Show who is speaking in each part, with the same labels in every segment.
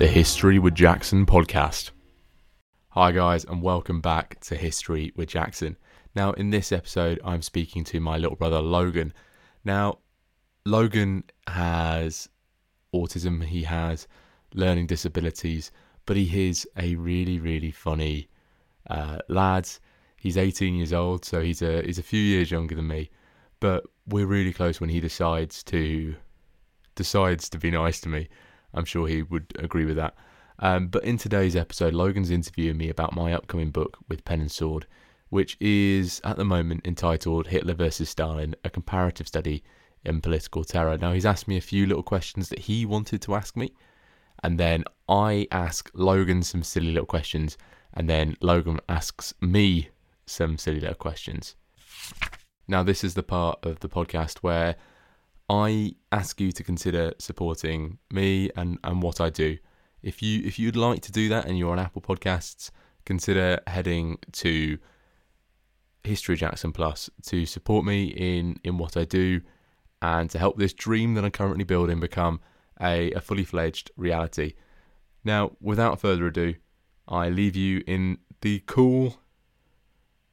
Speaker 1: History with Jackson podcast. Hi, guys, and welcome back to History with Jackson. Now, in this episode, I'm speaking to my little brother Logan. Now, Logan has autism, he has learning disabilities, but he is a really, really funny uh, lad. He's 18 years old, so he's a he's a few years younger than me, but we're really close when he decides to decides to be nice to me. I'm sure he would agree with that. Um, but in today's episode, Logan's interviewing me about my upcoming book with Pen and Sword, which is at the moment entitled Hitler versus Stalin A Comparative Study in Political Terror. Now, he's asked me a few little questions that he wanted to ask me, and then I ask Logan some silly little questions, and then Logan asks me some silly little questions. Now, this is the part of the podcast where I ask you to consider supporting me and, and what I do. If you if you'd like to do that and you're on Apple Podcasts, consider heading to History Jackson Plus to support me in in what I do and to help this dream that I'm currently building become a, a fully fledged reality. Now, without further ado, I leave you in the cool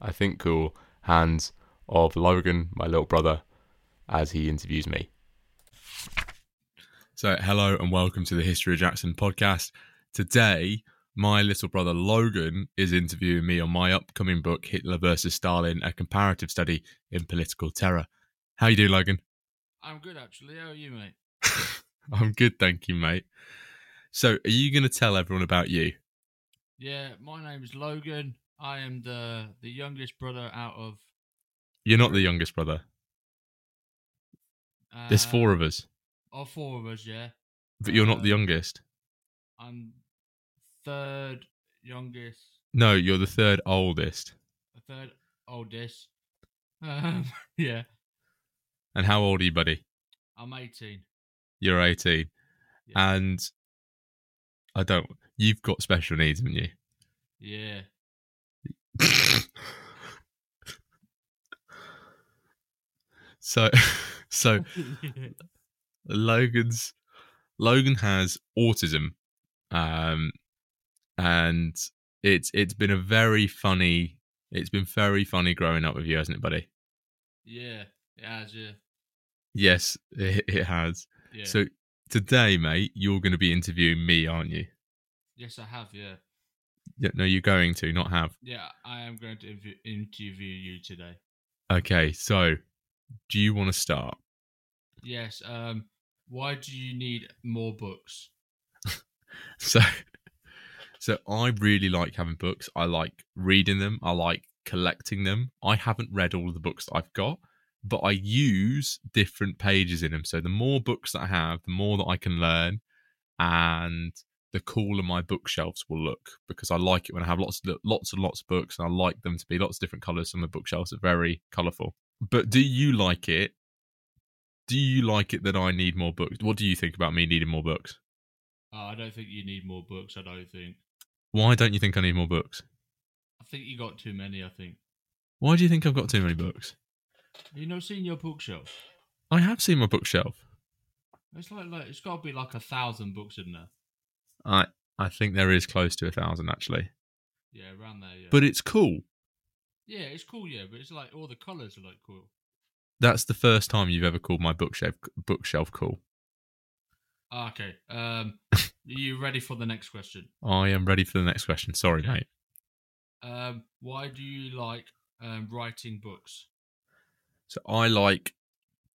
Speaker 1: I think cool hands of Logan, my little brother, as he interviews me. So, hello and welcome to the History of Jackson podcast. Today, my little brother Logan is interviewing me on my upcoming book, Hitler versus Stalin: A Comparative Study in Political Terror. How you doing, Logan?
Speaker 2: I'm good actually. How are you, mate?
Speaker 1: I'm good, thank you, mate. So, are you going to tell everyone about you?
Speaker 2: Yeah, my name is Logan. I am the the youngest brother out of
Speaker 1: You're not the youngest brother.
Speaker 2: uh,
Speaker 1: There's four of us,
Speaker 2: or four uh, of us. Yeah,
Speaker 1: but you're not the
Speaker 2: uh,
Speaker 1: youngest.
Speaker 2: I'm third youngest,
Speaker 1: No, you're the third oldest.
Speaker 2: the third oldest. Um, yeah,
Speaker 1: And how old are you, buddy?
Speaker 2: I'm 18.
Speaker 1: You're 18.
Speaker 2: Yeah.
Speaker 1: And I don't. You've got special needs, haven't you?
Speaker 2: Yeah,
Speaker 1: so, so Logan's Logan has autism, um, and it's it's been a very funny. It's been very funny growing up with you, hasn't it, buddy?
Speaker 2: yeah, it has. Yeah,
Speaker 1: Yes, it, it has.
Speaker 2: yeah.
Speaker 1: So today, mate, you're going to be interviewing me, aren't you?
Speaker 2: yes, I have. Yeah,
Speaker 1: Yeah, No, you're going to not have.
Speaker 2: yeah. I am going to interview, interview you today.
Speaker 1: Okay, so do you want to start?
Speaker 2: Yes. Um, why do you need more books?
Speaker 1: So, so I really like having books. I like reading them. I like collecting them. I haven't read all of the books that I've got, but I use different pages in them. So the more books that I have, the more that I can learn, and the cooler my bookshelves will look because I like it when I have lots, of, lots and lots of books, and I like them to be lots of different colors. Some of the bookshelves are very colorful. But do you like it? Do you like it that I need more books? What do you think about me needing more books?
Speaker 2: Oh, I don't think you need more books. I don't think.
Speaker 1: Why don't you think I need more books?
Speaker 2: I think you got too many. I think.
Speaker 1: Why do you think I've got too many books?
Speaker 2: Have you not seen your bookshelf?
Speaker 1: I have seen my bookshelf.
Speaker 2: It's like, like it's got to be like a thousand books in there.
Speaker 1: I I think there is close to a thousand actually,
Speaker 2: Yeah, around there. Yeah.
Speaker 1: but it's cool.
Speaker 2: yeah, it's cool. Yeah, but it's like all the colours are like cool.
Speaker 1: That's the first time you've ever called my bookshelf bookshelf cool.
Speaker 2: Ah, okay. Um, are you ready for the next question?
Speaker 1: I am ready for the next question. Sorry,
Speaker 2: Okay.
Speaker 1: mate.
Speaker 2: Um, why do you like um writing books?
Speaker 1: So I like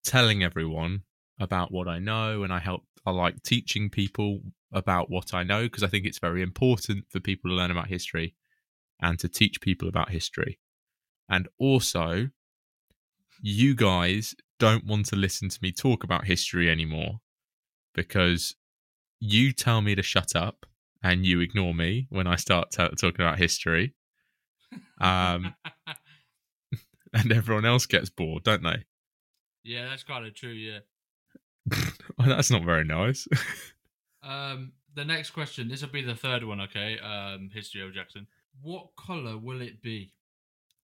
Speaker 1: telling everyone about what I know, and I help. I like teaching people about what I know because I think it's very important for people to learn about history and to teach people about history. And also, you guys don't want to listen to me talk about history anymore because you tell me to shut up and you ignore me when I start t- talking about history. Um, and everyone else gets bored, don't they?
Speaker 2: yeah, that's kind of true. Yeah.
Speaker 1: Well, that's not very nice.
Speaker 2: Um, the next question. This will be the third one. Okay. Um, history of Jackson. What colour will it be?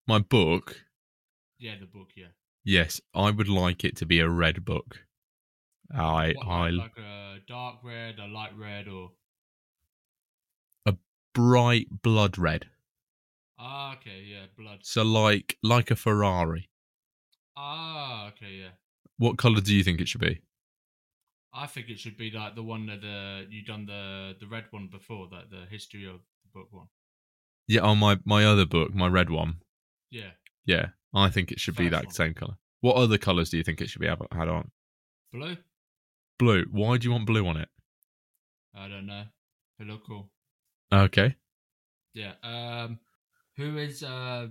Speaker 1: My book,
Speaker 2: Yeah, the book. Yeah.
Speaker 1: yes, I would like it to be a red book. I,
Speaker 2: What,
Speaker 1: I,
Speaker 2: like, like a dark red, a light red, or
Speaker 1: bright blood red.
Speaker 2: Ah, okay, yeah, blood.
Speaker 1: So like like a Ferrari.
Speaker 2: Ah, okay, yeah.
Speaker 1: What color do you think it should be?
Speaker 2: I think it should be like the one that uh, you done the the red one before, that the history of the book one.
Speaker 1: Yeah, on my my other book, my red one.
Speaker 2: Yeah,
Speaker 1: Yeah, I think it should be
Speaker 2: First
Speaker 1: that
Speaker 2: one.
Speaker 1: same color. What other colors do you think it should be ab- had on?
Speaker 2: blue.
Speaker 1: Blue. Why do you want blue on it?
Speaker 2: I don't know. It look cool.
Speaker 1: Okay.
Speaker 2: Yeah. Um, who is uh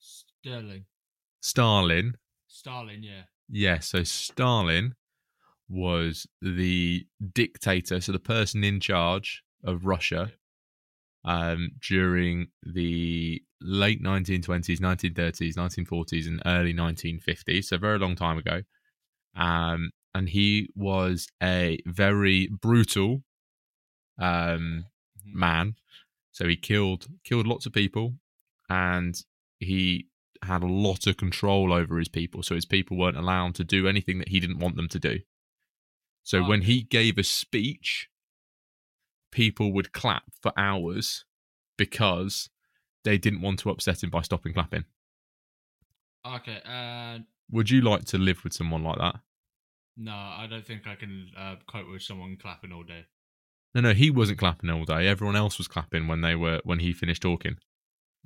Speaker 2: Sterling?
Speaker 1: Stalin.
Speaker 2: Stalin. Yeah.
Speaker 1: Yeah, so Stalin was the dictator, so the person in charge of Russia um, during the late 1920s, 1930s, 1940s, and early 1950s, so very long time ago. Um, and he was a very brutal um,
Speaker 2: Mhm.
Speaker 1: man. So he killed killed lots of people, and he had a lot of control over his people. So his people weren't allowed to do anything that he didn't want them to do. So
Speaker 2: Ah,
Speaker 1: when
Speaker 2: okay.
Speaker 1: he gave a speech, people would clap for hours because they didn't want to upset him by stopping clapping.
Speaker 2: Okay. And
Speaker 1: Would you like to live with someone like that?
Speaker 2: no, I don't think I can uh, cope with someone clapping all day.
Speaker 1: No, no, he wasn't clapping all day. Everyone else was clapping when they were when he finished talking.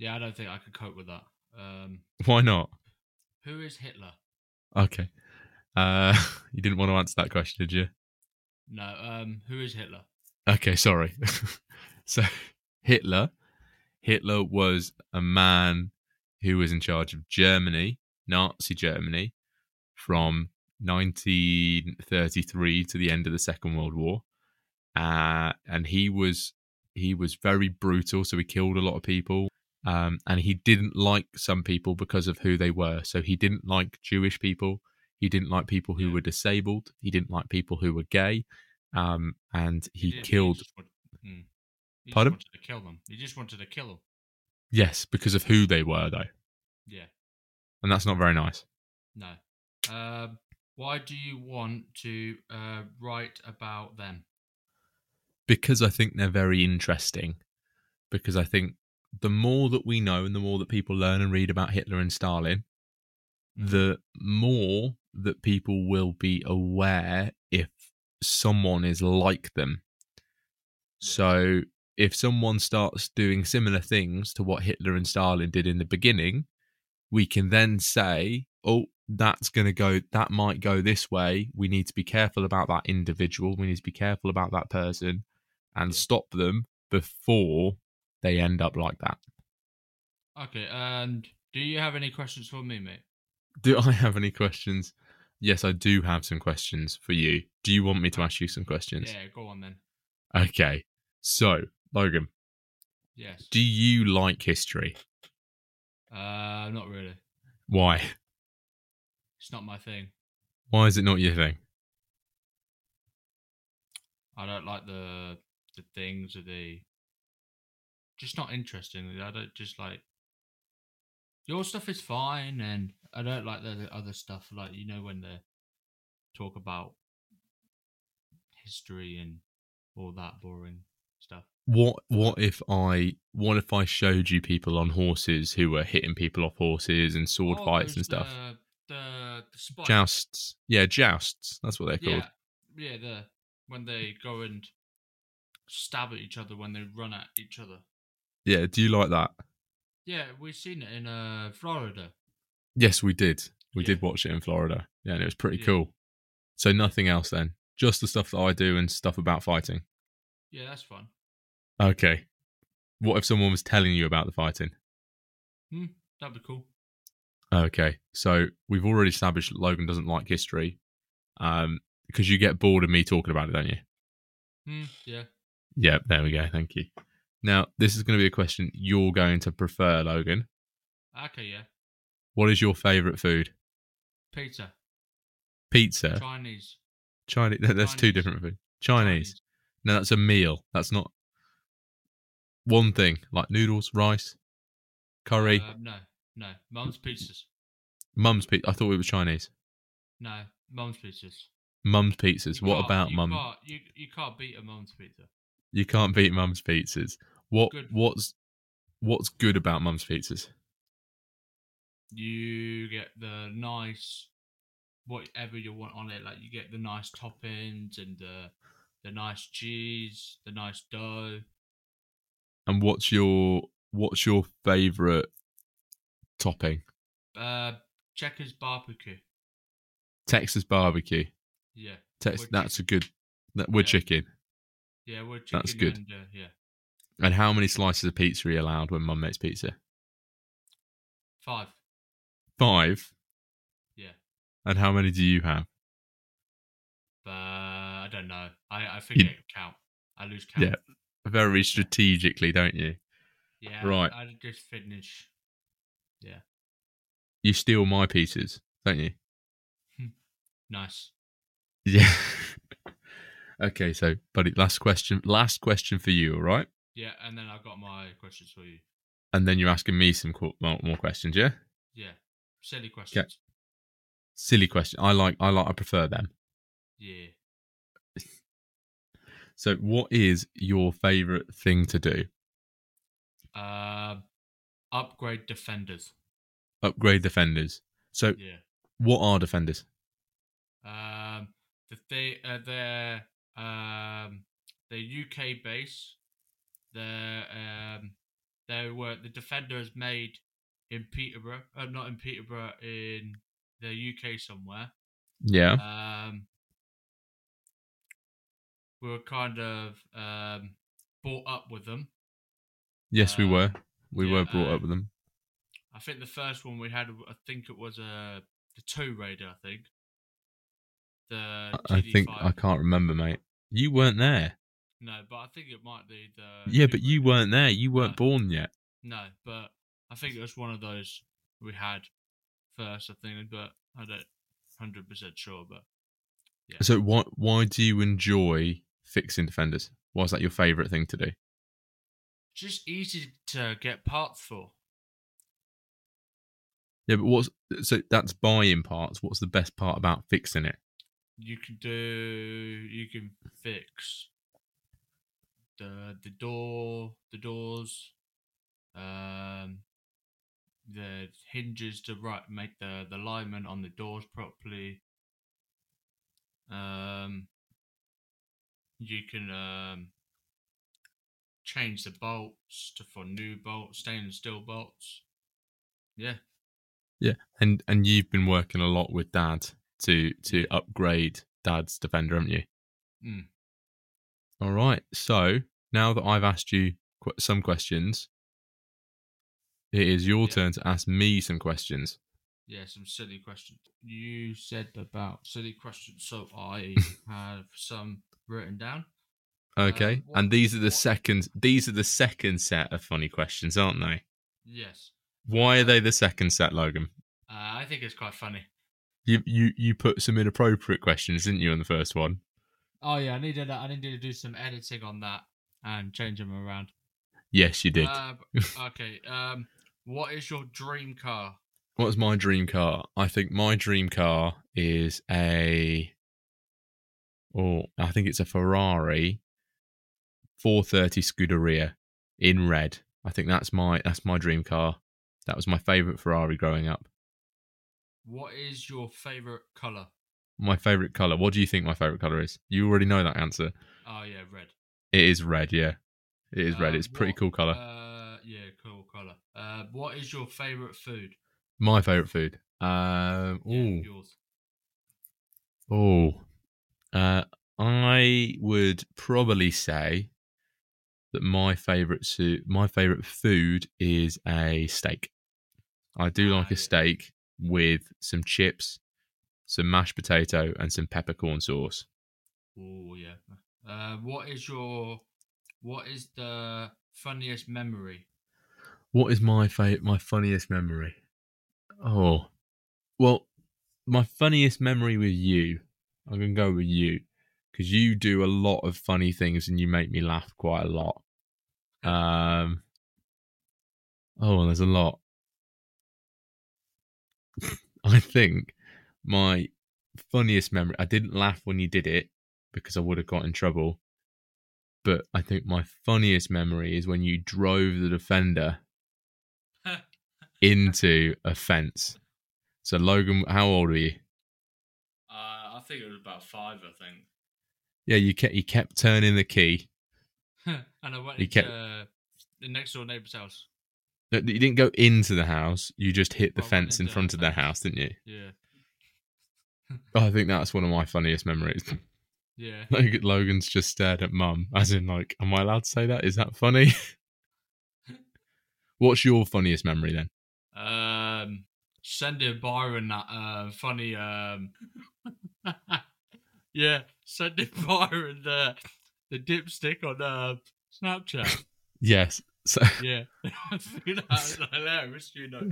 Speaker 2: Yeah, I don't think I could cope with that. Um,
Speaker 1: Why not?
Speaker 2: who is Hitler?
Speaker 1: Okay. Uh, you didn't want to answer that question, did you?
Speaker 2: No. Um, who is Hitler?
Speaker 1: Okay, sorry. so Hitler, Hitler was a man who was in charge of Germany, Nazi Germany, from 1933 to the end of the Second World War, uh, and he was he was very brutal. So he killed a lot of people, um, and he didn't like some people because of who they were. So he didn't like Jewish people. He didn't like people who
Speaker 2: Yeah.
Speaker 1: were disabled. He didn't like people who were gay. Um, and he
Speaker 2: did-
Speaker 1: killed
Speaker 2: just want- mm. He
Speaker 1: Pardon?
Speaker 2: Just wanted to kill them. He just wanted to kill them.
Speaker 1: Yes, because of who they were, though.
Speaker 2: Yeah.
Speaker 1: And that's not very nice.
Speaker 2: No. Um, why do you want to uh, write about them?
Speaker 1: Because I think they're very interesting. Because I think the more that we know and the more that people learn and read about Hitler and Stalin, the more that people will be aware if someone is like them. So if someone starts doing similar things to what Hitler and Stalin did in the beginning, we can then say, oh, that's going to go, that might go this way. We need to be careful about that individual. We need to be careful about that person and
Speaker 2: Yeah.
Speaker 1: stop them before they end up like that.
Speaker 2: Okay. And do you have any questions for me, mate?
Speaker 1: Do I have any questions? Yes, I do have some questions for you. Do you want me to ask you some questions?
Speaker 2: Yeah. Go on then.
Speaker 1: Okay. So, Logan,
Speaker 2: Yes.
Speaker 1: do you like history?
Speaker 2: uh, not really.
Speaker 1: Why?
Speaker 2: It's not my thing.
Speaker 1: Why is it not your thing?
Speaker 2: I don't like the the things or the just not interesting. I don't just like your stuff is fine, and I don't like the the other stuff. Like you know when they talk about history and all that boring stuff.
Speaker 1: What what if I what if I showed you people on horses who were hitting people off horses and sword
Speaker 2: Oh,
Speaker 1: fights and
Speaker 2: those,
Speaker 1: stuff?
Speaker 2: The the, the spike.
Speaker 1: Jousts. Yeah, jousts. That's what they're
Speaker 2: Yeah,
Speaker 1: called.
Speaker 2: yeah. The when they go and stab at each other when they run at each other.
Speaker 1: Yeah, do you like that?
Speaker 2: Yeah, we've seen it in uh, Florida.
Speaker 1: Yes, we did. We
Speaker 2: Yeah.
Speaker 1: did watch it in Florida. Yeah, and it was pretty
Speaker 2: Yeah.
Speaker 1: cool. So nothing else then. Just the stuff that I do and stuff about fighting.
Speaker 2: Yeah, that's fun.
Speaker 1: Okay. What if someone was telling you about the fighting?
Speaker 2: That'd be cool.
Speaker 1: Okay, so we've already established that Logan doesn't like history, um, because you get bored of me talking about it, don't you?
Speaker 2: Hmm, yeah.
Speaker 1: Yeah, there we go. Thank you. Now, this is going to be a question you're going to prefer, Logan.
Speaker 2: Okay, yeah.
Speaker 1: What is your favorite food?
Speaker 2: Pizza.
Speaker 1: Pizza,
Speaker 2: Chinese.
Speaker 1: Chinese. That's two
Speaker 2: Chinese.
Speaker 1: different food. Chinese. No, that's a meal. That's not one thing. Like noodles, rice, curry,
Speaker 2: Uh, no, no. Mum's pizzas.
Speaker 1: mum's pizza. I thought it was Chinese.
Speaker 2: No, mum's pizzas.
Speaker 1: Mum's
Speaker 2: You
Speaker 1: pizzas. What
Speaker 2: can't-
Speaker 1: about
Speaker 2: you
Speaker 1: mum?
Speaker 2: can't- You, you can't beat a mum's pizza.
Speaker 1: You can't beat mum's pizzas. What
Speaker 2: Good.
Speaker 1: what's what's good about Mum's Pizzas?
Speaker 2: You get the nice whatever you want on it. Like you get the nice toppings and the the nice cheese, the nice dough.
Speaker 1: And what's your what's your favorite topping?
Speaker 2: Uh, Checkers barbecue.
Speaker 1: Texas barbecue.
Speaker 2: Yeah.
Speaker 1: Tex-
Speaker 2: Wood
Speaker 1: that's a good. That wood
Speaker 2: Yeah.
Speaker 1: chicken.
Speaker 2: Yeah, we're chicken
Speaker 1: That's good.
Speaker 2: And, uh, yeah,
Speaker 1: And how many slices of pizza are you allowed when Mum makes pizza?
Speaker 2: five.
Speaker 1: Five.
Speaker 2: Yeah.
Speaker 1: And how many do you have?
Speaker 2: But I don't know. I I forget count. I lose count.
Speaker 1: Yeah. Very strategically, don't you?
Speaker 2: Yeah,
Speaker 1: Right.
Speaker 2: I just finish.
Speaker 1: You steal my pieces, don't you?
Speaker 2: Nice.
Speaker 1: Yeah. okay, so buddy, last question. Last question for you, all right?
Speaker 2: Yeah, and then I've got my questions for you.
Speaker 1: And then you're asking me some qu- more, more questions, yeah?
Speaker 2: Yeah, silly questions.
Speaker 1: Silly question. I like. I like. I prefer them.
Speaker 2: Yeah.
Speaker 1: So, what is your favorite thing to do?
Speaker 2: Um, upgrade defenders.
Speaker 1: Upgrade defenders. So,
Speaker 2: Yeah.
Speaker 1: what are defenders?
Speaker 2: Um, the they uh, their um their UK base, their um they were the defenders made in Peterborough, uh, not in Peterborough, in the UK somewhere.
Speaker 1: Yeah.
Speaker 2: Um, we were kind of um brought up with them.
Speaker 1: yes, we
Speaker 2: uh,
Speaker 1: were. We
Speaker 2: yeah,
Speaker 1: were brought up
Speaker 2: uh,
Speaker 1: with them.
Speaker 2: I think the first one we had, I think it was a the two raider. I think the
Speaker 1: I- I think I
Speaker 2: GD5.
Speaker 1: can't remember, mate. You weren't there.
Speaker 2: No, but I think it might be the.
Speaker 1: yeah,
Speaker 2: two
Speaker 1: but you
Speaker 2: Raiders.
Speaker 1: weren't there. You weren't
Speaker 2: No.
Speaker 1: born yet.
Speaker 2: No, but I think it was one of those we had first. I think, but I don't hundred percent sure. But Yeah.
Speaker 1: So why why do you enjoy fixing defenders? Why is that your favourite thing to do?
Speaker 2: just easy to get parts for.
Speaker 1: Yeah, but what's so that's buying parts. What's the best part about fixing it?
Speaker 2: You can do. You can fix the the door, the doors, um, the hinges to right make the the alignment on the doors properly. Um, you can um change the bolts to for new bolts, stainless steel bolts. Yeah,
Speaker 1: And and you've been working a lot with dad to to upgrade dad's defender, haven't you?
Speaker 2: Mm.
Speaker 1: All right. So now that I've asked you qu- some questions, it is your
Speaker 2: Yeah.
Speaker 1: turn to ask me some questions.
Speaker 2: Yeah, some silly questions. You said about silly questions, so I have some written down.
Speaker 1: Okay.
Speaker 2: Uh, what-
Speaker 1: and these are the
Speaker 2: what-
Speaker 1: second these are the second set of funny questions, aren't they?
Speaker 2: Yes,
Speaker 1: Why are they the second set, Logan?
Speaker 2: uh, I think it's quite funny.
Speaker 1: You you you put some inappropriate questions, didn't you, on the first one?
Speaker 2: Oh yeah, I needed I needed to do some editing on that and change them around.
Speaker 1: Yes, you did.
Speaker 2: Uh, okay. Um, what is your dream car?
Speaker 1: What's my dream car? I think my dream car is a oh, I think it's a Ferrari 430 Scuderia in red. I think that's my that's my dream car. That was my favorite Ferrari growing up.
Speaker 2: What is your favorite color?
Speaker 1: My favorite color. What do you think my favorite color is? You already know that answer.
Speaker 2: Oh yeah, red.
Speaker 1: It is red, yeah. It is red.
Speaker 2: Uh,
Speaker 1: It's a pretty
Speaker 2: what-
Speaker 1: cool color.
Speaker 2: Uh, yeah, cool color. Uh, what is your favorite food?
Speaker 1: My favorite food. Um,
Speaker 2: Yeah,
Speaker 1: ooh.
Speaker 2: yours.
Speaker 1: Oh, uh, I would probably say that my favorite su- my favorite food is a steak. I do
Speaker 2: Ah,
Speaker 1: like
Speaker 2: yeah.
Speaker 1: a steak with some chips, some mashed potato, and some peppercorn sauce.
Speaker 2: Oh yeah. Uh, what is your what is the funniest memory?
Speaker 1: What is my fa- my funniest memory? Oh, well, my funniest memory with you. I'm gonna go with you because you do a lot of funny things and you make me laugh quite a lot. Um. Oh, well, there's a lot. I think my funniest memory. I didn't laugh when you did it because I would have got in trouble. But I think my funniest memory is when you drove the defender into a fence. So Logan, how old were you?
Speaker 2: Uh, I think it was about five, I think.
Speaker 1: Yeah, you kept you kept turning the key.
Speaker 2: and I went
Speaker 1: You
Speaker 2: into
Speaker 1: kept-
Speaker 2: uh, the next door neighbour's house.
Speaker 1: No, You didn't go into the house. You just hit the
Speaker 2: I went
Speaker 1: fence in
Speaker 2: into
Speaker 1: front
Speaker 2: the
Speaker 1: of their
Speaker 2: fence.
Speaker 1: house, didn't you?
Speaker 2: Yeah,
Speaker 1: Oh, I think that's one of my funniest memories.
Speaker 2: yeah.
Speaker 1: Logan, Logan's just stared at mum, as in, like, am I allowed to say that? Is that funny? What's your funniest memory then?
Speaker 2: Um, sending Byron that uh, funny. Um, yeah, sending Byron the the dipstick on uh, Snapchat.
Speaker 1: Yes. So,
Speaker 2: Yeah, I think that was hilarious. You know.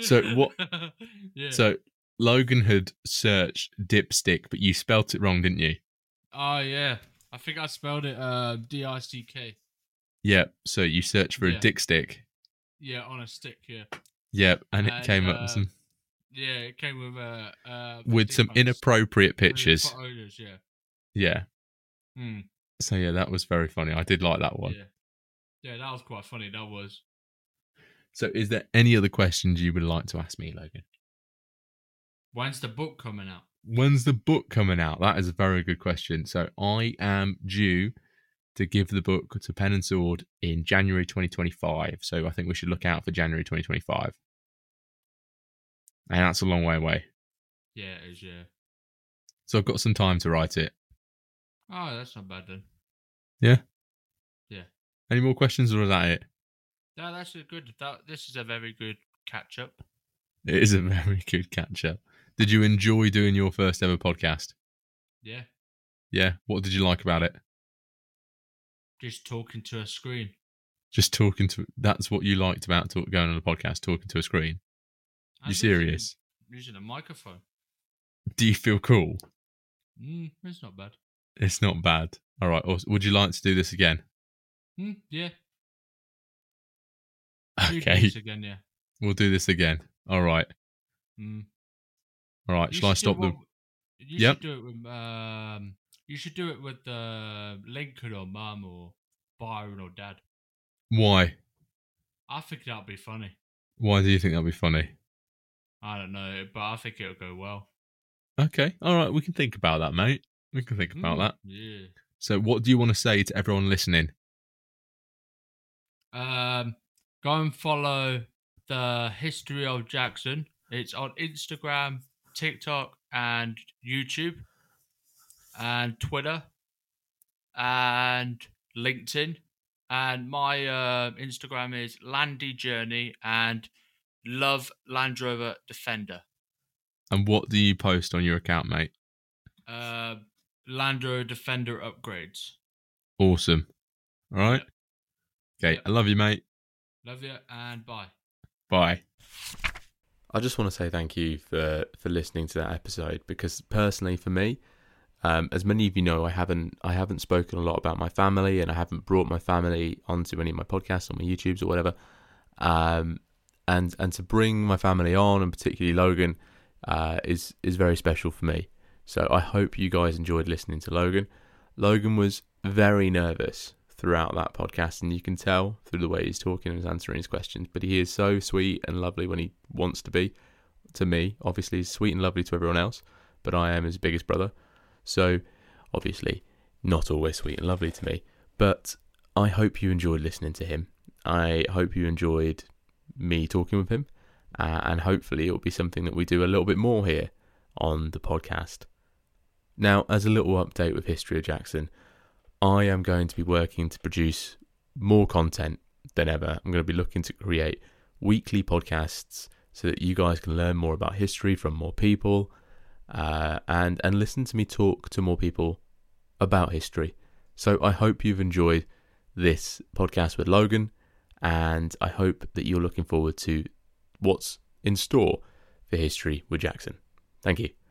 Speaker 1: So what-
Speaker 2: yeah.
Speaker 1: so Logan had searched dipstick, but you spelt it wrong, didn't you?
Speaker 2: Oh yeah, I think I spelled it uh, D I C K.
Speaker 1: Yep. So you searched for a
Speaker 2: Yeah.
Speaker 1: dick stick.
Speaker 2: Yeah, on a stick. Yeah.
Speaker 1: Yep. And it
Speaker 2: And,
Speaker 1: came up
Speaker 2: uh,
Speaker 1: with some,
Speaker 2: Yeah, it came with uh, uh
Speaker 1: with some inappropriate pictures.
Speaker 2: Photos, yeah.
Speaker 1: Yeah.
Speaker 2: Hmm,
Speaker 1: So yeah, that was very funny. I did like that one.
Speaker 2: yeah. Yeah, that was quite funny. That was.
Speaker 1: So is there any other questions you would like to ask me, Logan?
Speaker 2: When's the book coming out?
Speaker 1: when's the book coming out? That is a very good question. So I am due to give the book to Pen and Sword in January 2025. So I think we should look out for January 2025. And that's a long way away.
Speaker 2: Yeah, it is. Yeah.
Speaker 1: So I've got some time to write it.
Speaker 2: Oh, that's not bad then.
Speaker 1: Any more questions or is that it?
Speaker 2: No, that's a good. That this is a very good catch up.
Speaker 1: It is a very good catch up. Did you enjoy doing your first ever podcast?
Speaker 2: Yeah,
Speaker 1: Yeah. What did you like about it?
Speaker 2: just talking to a screen.
Speaker 1: Just talking to that's what you liked about talk, going on a podcast, talking to a screen.
Speaker 2: And
Speaker 1: You
Speaker 2: using-
Speaker 1: serious?
Speaker 2: Using a microphone.
Speaker 1: Do you feel cool?
Speaker 2: Mm, it's not bad.
Speaker 1: It's not bad. All right. Awesome. Would you like to do this again?
Speaker 2: Mm, yeah. You do
Speaker 1: Okay.
Speaker 2: this Again, yeah.
Speaker 1: We'll do this again. All right.
Speaker 2: Mm.
Speaker 1: All right.
Speaker 2: You
Speaker 1: Shall I
Speaker 2: should do
Speaker 1: stop the?
Speaker 2: one- You
Speaker 1: Yep.
Speaker 2: should do it with um. You should do it with uh, Lincoln or Mum or Byron or Dad.
Speaker 1: Why?
Speaker 2: I think that'd be funny.
Speaker 1: Why do you think that'll be funny?
Speaker 2: I don't know, but I think it'll go well.
Speaker 1: Okay. All right. We can think about that, mate. We can think about
Speaker 2: Mm,
Speaker 1: that.
Speaker 2: Yeah.
Speaker 1: So, what do you want to say to everyone listening?
Speaker 2: Um, go and follow the history of Jackson. It's on Instagram, TikTok, and YouTube, and Twitter, and LinkedIn. And my uh, Instagram is Landy Journey and Love Land Rover Defender.
Speaker 1: And what do you post on your account, mate?
Speaker 2: Uh, Land Rover Defender upgrades.
Speaker 1: Awesome. All right. Okay.
Speaker 2: Yep.
Speaker 1: I love you, mate.
Speaker 2: Love you and bye.
Speaker 1: Bye.
Speaker 3: I just want to say thank you for for listening to that episode because personally for me, um, as many of you know, I haven't I haven't spoken a lot about my family and I haven't brought my family onto any of my podcasts or my YouTubes or whatever. Um, and and to bring my family on and particularly Logan uh, is is very special for me. So I hope you guys enjoyed listening to Logan. Logan was very nervous throughout that podcast, and you can tell through the way he's talking and answering his questions. But he is so sweet and lovely when he wants to be. To me, obviously, he's sweet and lovely to everyone else, but I am his biggest brother. So, obviously, not always sweet and lovely to me. But I hope you enjoyed listening to him. I hope you enjoyed me talking with him. Uh, and hopefully, it'll be something that we do a little bit more here on the podcast. Now, as a little update with History of Jackson, I am going to be working to produce more content than ever. I'm going to be looking to create weekly podcasts so that you guys can learn more about history from more people uh, and and listen to me talk to more people about history. So I hope you've enjoyed this podcast with Logan, and I hope that you're looking forward to what's in store for history with Jackson. Thank you.